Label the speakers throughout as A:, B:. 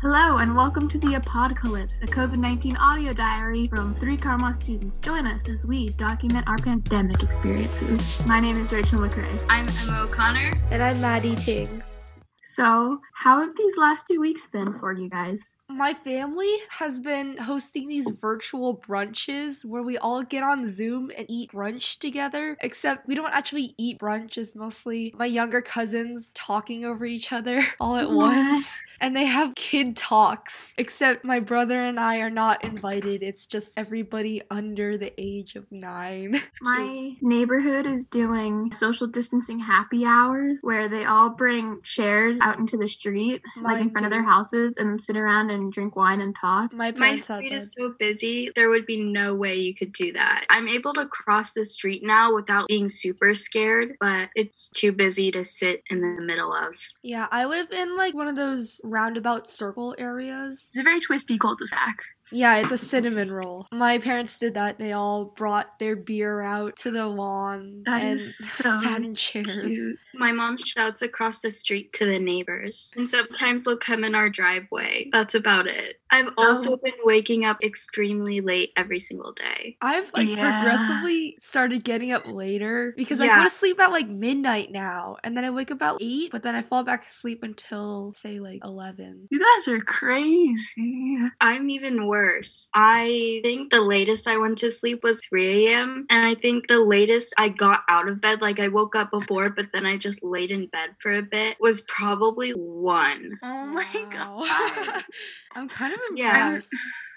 A: Hello, and welcome to the Apocalypse, a COVID 19 audio diary from three Carmel students. Join us as we document our pandemic experiences. My name is Rachel McRae.
B: I'm Emma O'Connor.
C: And I'm Maddie Ting.
A: So, how have these last two weeks been for you guys?
C: My family has been hosting these virtual brunches where we all get on Zoom and eat brunch together, except we don't actually eat brunch. It's mostly my younger cousins talking over each other all at once. And they have kid talks, except my brother and I are not invited. It's just everybody under the age of nine.
A: My neighborhood is doing social distancing happy hours where they all bring chairs out into the street, like in
C: Mine
A: front of
C: do.
A: their houses, and sit around and drink wine and talk.
B: My
C: My parents had
B: street
C: that.
B: is so busy, there would be no way you could do that. I'm able to cross the street now without being super scared, but it's too busy to sit in the middle of.
C: Yeah, I live in like one of those roundabout circle areas.
A: It's a very twisty cul de sac.
C: Yeah, it's a cinnamon roll. My parents did that. They all brought their beer out to the lawn
A: That
C: and
A: is so
C: sat in chairs.
B: My mom shouts across the street to the neighbors, and sometimes they'll come in our driveway. That's about it. I've also
A: Oh.
B: been waking up extremely late every single day.
C: I've like
A: Yeah.
C: progressively started getting up later because I
B: Yeah.
C: go to sleep at like midnight now and then I wake up at 8, but then I fall back asleep until say like 11.
A: You guys are crazy.
B: I'm even worse. I think the latest I went to sleep was 3 a.m. And I think the latest I got out of bed, like I woke up before, but then I just laid in bed for a bit, was probably 1.
A: Oh my
C: Wow.
A: god.
C: I'm kind of
B: Yeah.
C: impressed.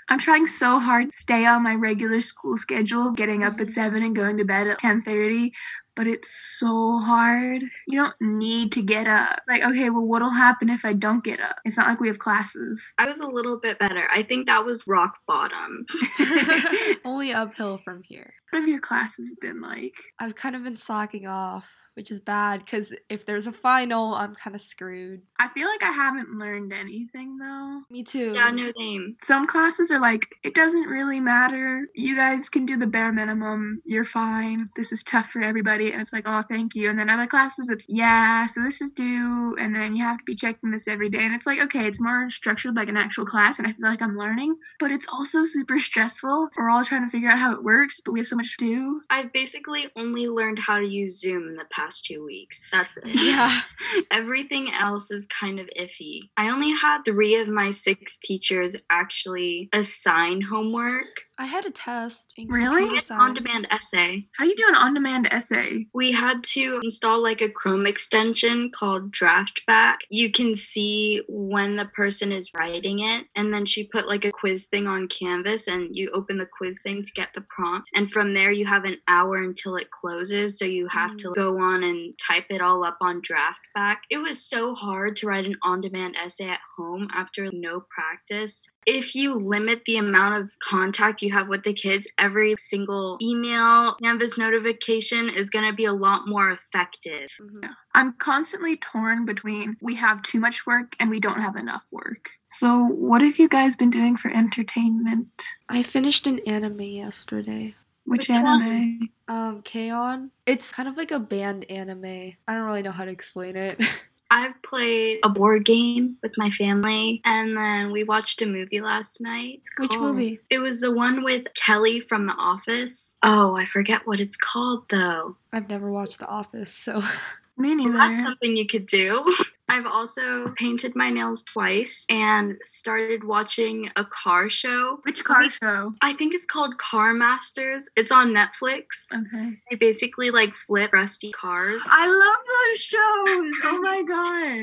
A: I'm trying so hard to stay on my regular school schedule, getting up at
C: Mhm.
A: 7 and going to bed at 10:30, but it's so hard. You don't need to get up. Like, okay, well what'll happen if I don't get up? It's not like we have classes.
B: I was a little bit better. I think that was rock bottom.
C: Only uphill from here.
A: What have your classes been like?
C: I've kind of been slacking off, which is bad because if there's a final, I'm kind of screwed.
A: I feel like I haven't learned anything though.
C: Me too.
B: Yeah, no name.
A: Some classes are like, it doesn't really matter. You guys can do the bare minimum. You're fine. This is tough for everybody. And it's like, oh, thank you. And then other classes, it's, yeah, so this is due. And then you have to be checking this every day. And it's like, okay, it's more structured like an actual class. And I feel like I'm learning, but it's also super stressful. We're all trying to figure out how it works, but we have so much to do.
B: I've basically only learned how to use Zoom in the past two weeks. That's it.
C: Yeah.
B: Everything else is kind of iffy. I only had three of my six teachers actually assign homework.
C: I had a test. In
A: Really?
C: computer
B: It's
C: science.
B: on demand essay.
A: How do you do an on demand essay?
B: We had to install like a Chrome extension called Draftback. You can see when the person is writing it. And then she put like a quiz thing on Canvas and you open the quiz thing to get the prompt. And from there, you have an hour until it closes. So you have to go on and type it all up on Draftback. It was so hard to write an on demand essay at home after no practice if you limit the amount of contact you have with the kids, every single email, Canvas notification is going to be a lot more effective.
C: Mhm.
A: I'm constantly torn between we have too much work and we don't have enough work. So, what have you guys been doing for entertainment?
C: I finished an anime yesterday.
A: Which
B: Which one?
A: anime?
C: Um, K-On! It's kind of like a band anime. I don't really know how to explain it.
B: I've played a board game with my family, and then we watched a movie last night. It's
C: Which
B: called-
C: movie?
B: It was the one with Kelly from The Office. Oh, I forget what it's called though.
C: I've never watched The Office, so
A: Me
B: That's
A: neither.
B: something you could do. I've also painted my nails twice and started watching a car show.
A: Which car show?
B: I think it's called Car Masters. It's on Netflix.
A: Okay.
B: They basically like flip rusty cars.
A: I love those shows. Oh my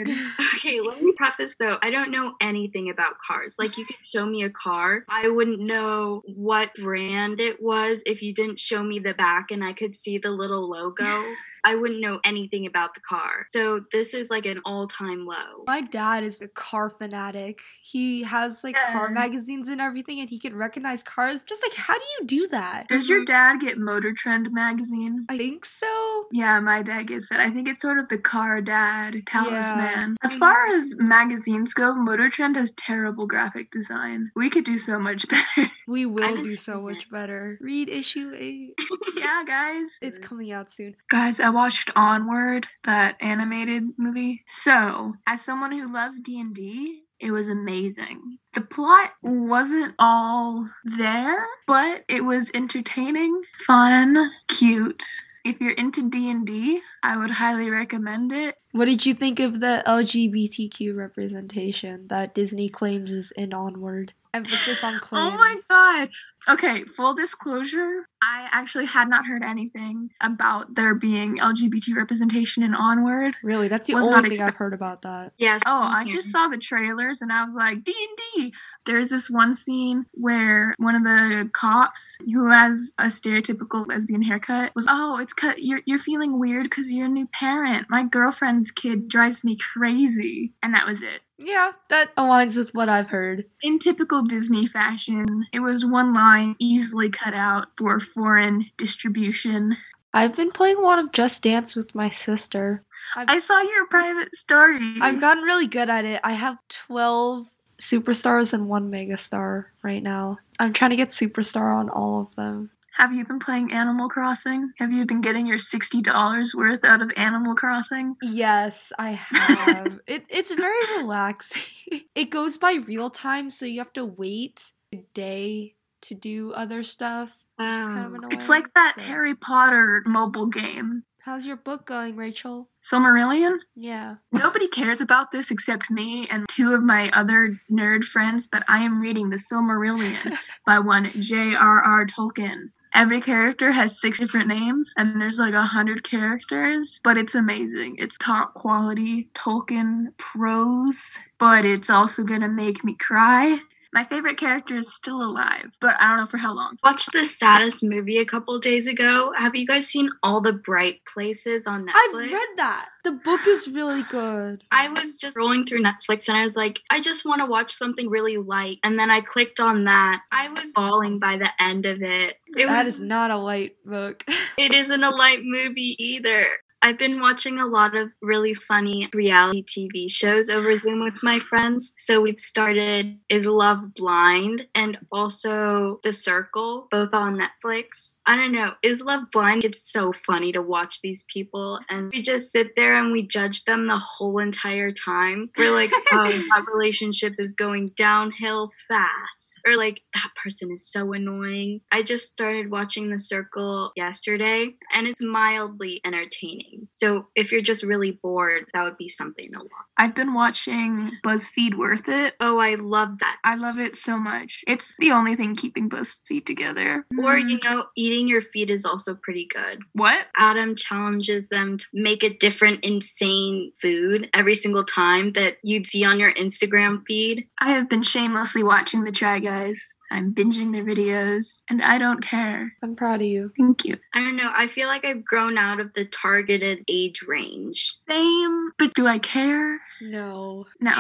A: god.
B: Okay, let me preface though. I don't know anything about cars. Like, you could show me a car. I wouldn't know what brand it was if you didn't show me the back and I could see the little logo. I wouldn't know anything about the car. So, this is like an all time low.
C: My dad is a car fanatic. He has like car
A: Yeah.
C: magazines and everything, and he can recognize cars. Just like, how do you do that?
A: Does your dad get Motor Trend magazine?
C: I think so.
A: Yeah, my dad gets that. I think it's sort of the car dad talisman. As
B: Mhm.
A: far as magazines go, Motor Trend has terrible graphic design. We could do so much better.
C: We will
B: didn't
C: do so
B: see
C: much better. Read issue eight.
A: yeah, guys.
C: It's coming out soon.
A: Guys, I watched Onward, that animated movie. So, as someone who loves D&D, It was amazing. The plot wasn't all there, but it was entertaining, fun, cute. If you're into D&D, I would highly recommend it.
C: What did you think of the LGBTQ representation that Disney claims is in Onward? Emphasis on claims.
A: Oh my god. Okay, full disclosure, I actually had not heard anything about there being LGBT representation in Onward.
C: Really, that's the
A: Was
C: only
A: not
C: thing I've
A: expect-
C: heard about that.
B: Yes.
A: Oh, I
B: Mm-hmm.
A: just saw the trailers and I was like, D&D. There's this one scene where one of the cops who has a stereotypical lesbian haircut was, "Oh, it's cut you're you're feeling weird cuz you're a new parent. My girlfriend's kid drives me crazy." And that was it.
C: Yeah, that aligns with what I've heard.
A: In typical Disney fashion, it was one line easily cut out for foreign distribution.
C: I've been playing a lot of Just Dance with my sister.
A: I saw your private story.
C: I've gotten really good at it. I have 12 superstars and one megastar right now. I'm trying to get superstar on all of them.
A: Have you been playing Animal Crossing? Have you been getting your $60 worth out of Animal Crossing?
C: Yes, I have. it, it's very relaxing. it goes by real time, so you have to wait a day to do other stuff. Which is kind of
B: Oh.
C: annoying.
A: It's like that
C: but-
A: Harry Potter mobile game.
C: How's your book going, Rachel?
A: Silmarillion?
C: Yeah.
A: Nobody cares about this except me and two of my other nerd friends, but I am reading The Silmarillion by one J.R.R. Tolkien. Every character has six different names, and there's like a hundred characters, but it's amazing. It's top quality Tolkien prose, but it's also gonna make me cry. My favorite character is still alive, but I don't know for how long.
B: Watched the saddest movie a couple days ago. Have you guys seen All the Bright Places on Netflix?
C: I've read that. The book is really good.
B: I was just rolling through Netflix and I was like, I just want to watch something really light. And then I clicked on that. I was falling by the end of it. It
C: That
B: was
C: is not a light book.
B: it isn't a light movie either. I've been watching a lot of really funny reality TV shows over Zoom with my friends. So we've started Is Love Blind and also The Circle, both on Netflix. I don't know, Is Love Blind? It's so funny to watch these people and we just sit there and we judge them the whole entire time. We're like, oh, that relationship is going downhill fast. Or like, that person is so annoying. I just started watching The Circle yesterday and it's mildly entertaining. So if you're just really bored, that would be something to watch.
A: I've been watching BuzzFeed Worth It.
B: Oh, I love that.
A: I love it so much. It's the only thing keeping BuzzFeed together.
B: Or,
A: Mm.
B: you know, eating your feet is also pretty good.
A: what?
B: Adam challenges them to make a different insane food every single time that you'd see on your Instagram feed.
A: I have been shamelessly watching the Try Guys. I'm binging their videos, and I don't care.
C: I'm proud of you.
A: Thank you.
B: I don't know. I feel like I've grown out of the targeted age range.
A: Same, but do I care?
C: No.
A: No.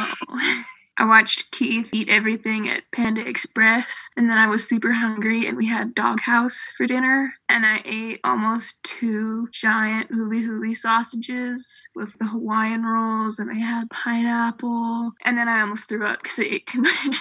A: I watched Keith eat everything at Panda Express, and then I was super hungry, and we had Doghouse for dinner, and I ate almost two giant huli huli sausages with the Hawaiian rolls, and they had pineapple, and then I almost threw up because I ate too much.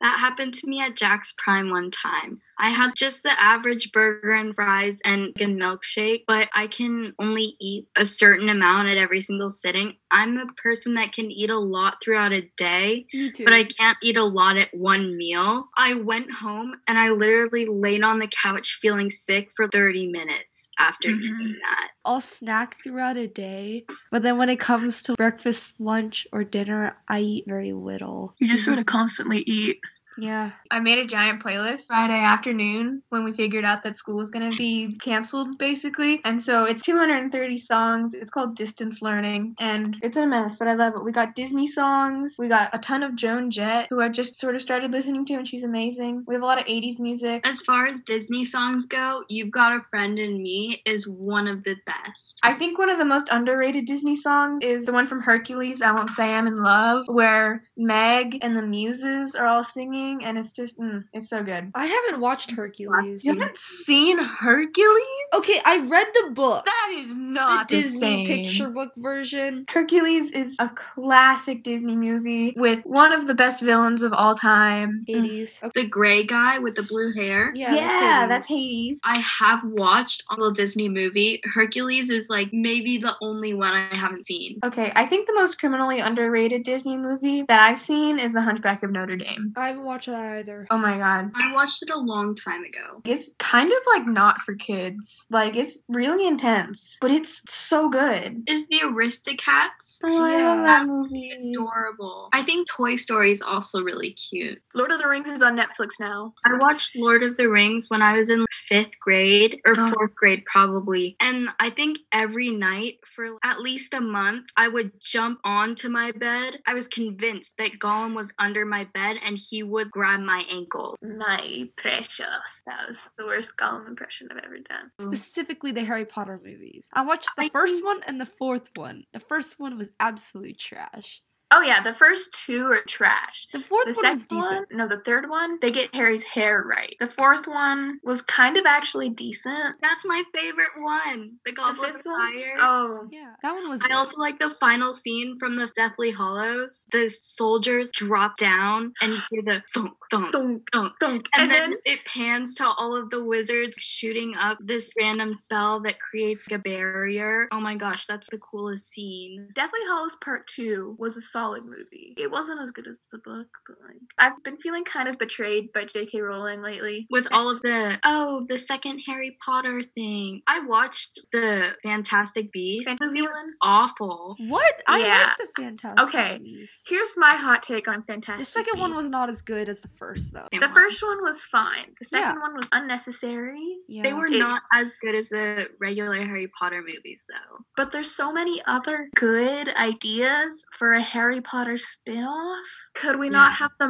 B: That happened to me at Jack's Prime one time. I had just the average burger and fries and a milkshake, but I can only eat a certain amount at every single sitting. I'm the person that can eat a lot throughout a day.
C: Me too.
B: But I can't eat a lot at one meal. I went home and I literally laid on the couch feeling sick for 30 minutes after
A: Mhm.
B: eating that.
C: I'll snack throughout a day, but then when it comes to breakfast, lunch, or dinner, I eat very little.
A: You just sort of constantly eat.
C: Yeah.
A: I made a giant playlist Friday afternoon when we figured out that school was going to be canceled, basically. And so it's 230 songs. It's called Distance Learning, and it's a mess, but I love it. We got Disney songs. We got a ton of Joan Jett, who I just sort of started listening to, and she's amazing. We have a lot of 80s music.
B: As far as Disney songs go, You've Got a Friend in Me is one of the best.
A: I think one of the most underrated Disney songs is the one from Hercules, I Won't Say I'm in Love, where Meg and the Muses are all singing singing, and it's just, mm, it's so good.
C: I haven't watched Hercules.
A: You haven't seen Hercules?
C: Okay, I read the book.
A: That is
C: The
A: not
C: Disney
A: the same.
C: picture book version.
A: Hercules is a classic Disney movie with one of the best villains of all time. Mm.
C: 80s. Okay.
B: The gray guy with the blue hair.
C: Yeah, that's Hades.
B: I have watched a little Disney movie. Hercules is like maybe the only one I haven't seen.
A: Okay, I think the most criminally underrated Disney movie that I've seen is The Hunchback of Notre Dame.
C: I haven't watched that either.
A: Oh my god.
B: I watched it a long time ago.
A: It's kind of like not for kids. Like it's really intense, but it's so good.
B: Is the Aristocats
A: Oh, I love
C: Yeah.
A: that movie.
B: adorable? I think Toy Story is also really cute.
A: Lord of the Rings is on Netflix now.
B: I watched Lord of the Rings when I was in fifth grade or
A: Oh.
B: fourth grade, probably. And I think every night for at least a month, I would jump onto my bed. I was convinced that Gollum was under my bed and he would grab my ankle.
A: My precious. That was the worst Gollum impression I've ever done.
C: Specifically, the Harry Potter movies. I watched the
B: I-
C: first one and the fourth one. The first one was absolute trash.
A: Oh yeah, the first two are trash.
C: The fourth
A: The
C: one was
A: second
C: decent.
A: one, no, the third one, they get Harry's hair right. The fourth one was kind of actually decent.
B: That's my favorite one. The Goblet of
A: fifth one?
B: Fire.
A: Oh,
C: Yeah, that one was.
B: I
C: good.
B: also like the final scene from the Deathly Hollows. The soldiers drop down and you hear the thunk, thunk,
A: thunk,
B: thunk.
A: thunk.
B: And, then, it pans to all of the wizards shooting up this random spell that creates a barrier. Oh my gosh, that's the coolest scene.
A: Deathly Hollows Part 2 was a solid movie. It wasn't as good as the book, but like I've been feeling kind of betrayed by J.K. Rowling lately.
B: With all of the, oh, the second Harry Potter thing. I watched the Fantastic Beast.
A: Fantastic
B: movie
A: Beasts.
B: was awful.
C: What? I
A: Yeah.
C: like the Fantastic.
A: Okay.
C: Beasts.
A: Here's my hot take on Fantastic.
C: The second one
A: Beasts.
C: was not as good as the first, though.
A: The first one was fine. The second one was unnecessary.
C: Yeah.
B: They were
A: It-
B: not as good as the regular Harry Potter movies, though.
A: But there's so many other good ideas for a Harry Potter spin-off. Could we not
B: Yeah.
A: have the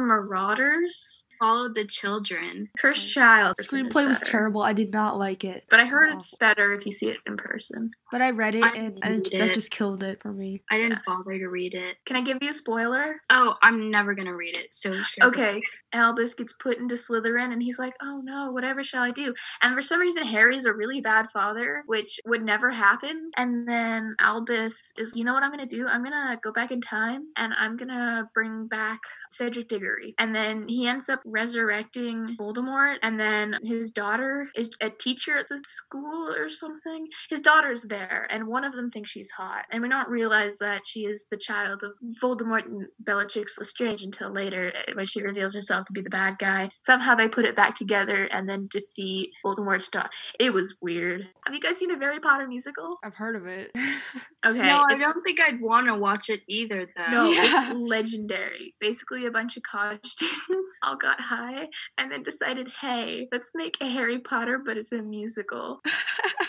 A: Marauders?
B: Followed the children.
A: Cursed
C: Okay.
A: Child.
C: The
A: person is
C: screenplay was
A: better.
C: terrible. I did not like it.
A: But I heard
C: It was
A: it's better if you see it in person.
C: But I read it
B: I
C: and, and
B: hated
C: that
B: it.
C: just killed it for me.
B: I didn't bother to read it.
A: Can I give you a spoiler?
B: Oh, I'm never gonna read it. So sure.
A: Okay, Albus gets put into Slytherin and he's like, oh no, whatever shall I do? And for some reason, Harry's a really bad father, which would never happen. And then Albus is, you know what I'm gonna do? I'm gonna go back in time and I'm gonna bring back Cedric Diggory. And then he ends up resurrecting Voldemort. And then his daughter is a teacher at the school or something. His daughter's there, and one of them thinks she's hot. And we don't realize that she is the child of Voldemort and Bellatrix Lestrange until later eh, when she reveals herself to be the bad guy. Somehow they put it back together and then defeat Voldemort's daughter. It was weird. Have you guys seen a Harry Potter musical?
C: I've heard of it.
A: Okay.
B: No, I
A: it's-
B: don't think I'd want to watch it either, though.
A: No,
C: Yeah.
A: it's legendary. Basically, a bunch of college students all got high and then decided, hey, let's make a Harry Potter, but it's a musical.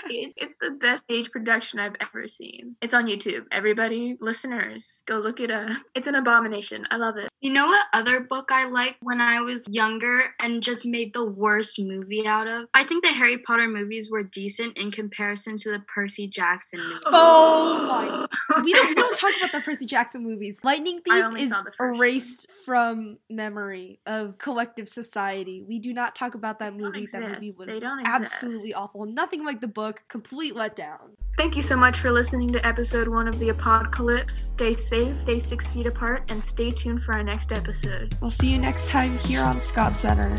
A: it, it's the best stage production I've ever seen. It's on YouTube. Everybody, listeners, go look it up. It's an abomination. I love it.
B: You know what other book I liked when I was younger and just made the worst movie out of? I think the Harry Potter movies were decent in comparison to the Percy Jackson movie.
C: Oh my- we, don't, we don't talk about the Percy Jackson movies. Lightning
A: I
C: Thief
A: only
C: is
A: saw the first
C: erased from memory of collective society. We do not talk about that
A: They don't
C: movie. That movie
A: exist.
C: was
A: They don't
C: absolutely
A: exist.
C: awful. Nothing like the book. Complete letdown.
A: Thank you so much for listening to episode one of The Apocalypse. Stay safe, stay six feet apart, and stay tuned for our next episode.
C: We'll see you next time here on Scott Center.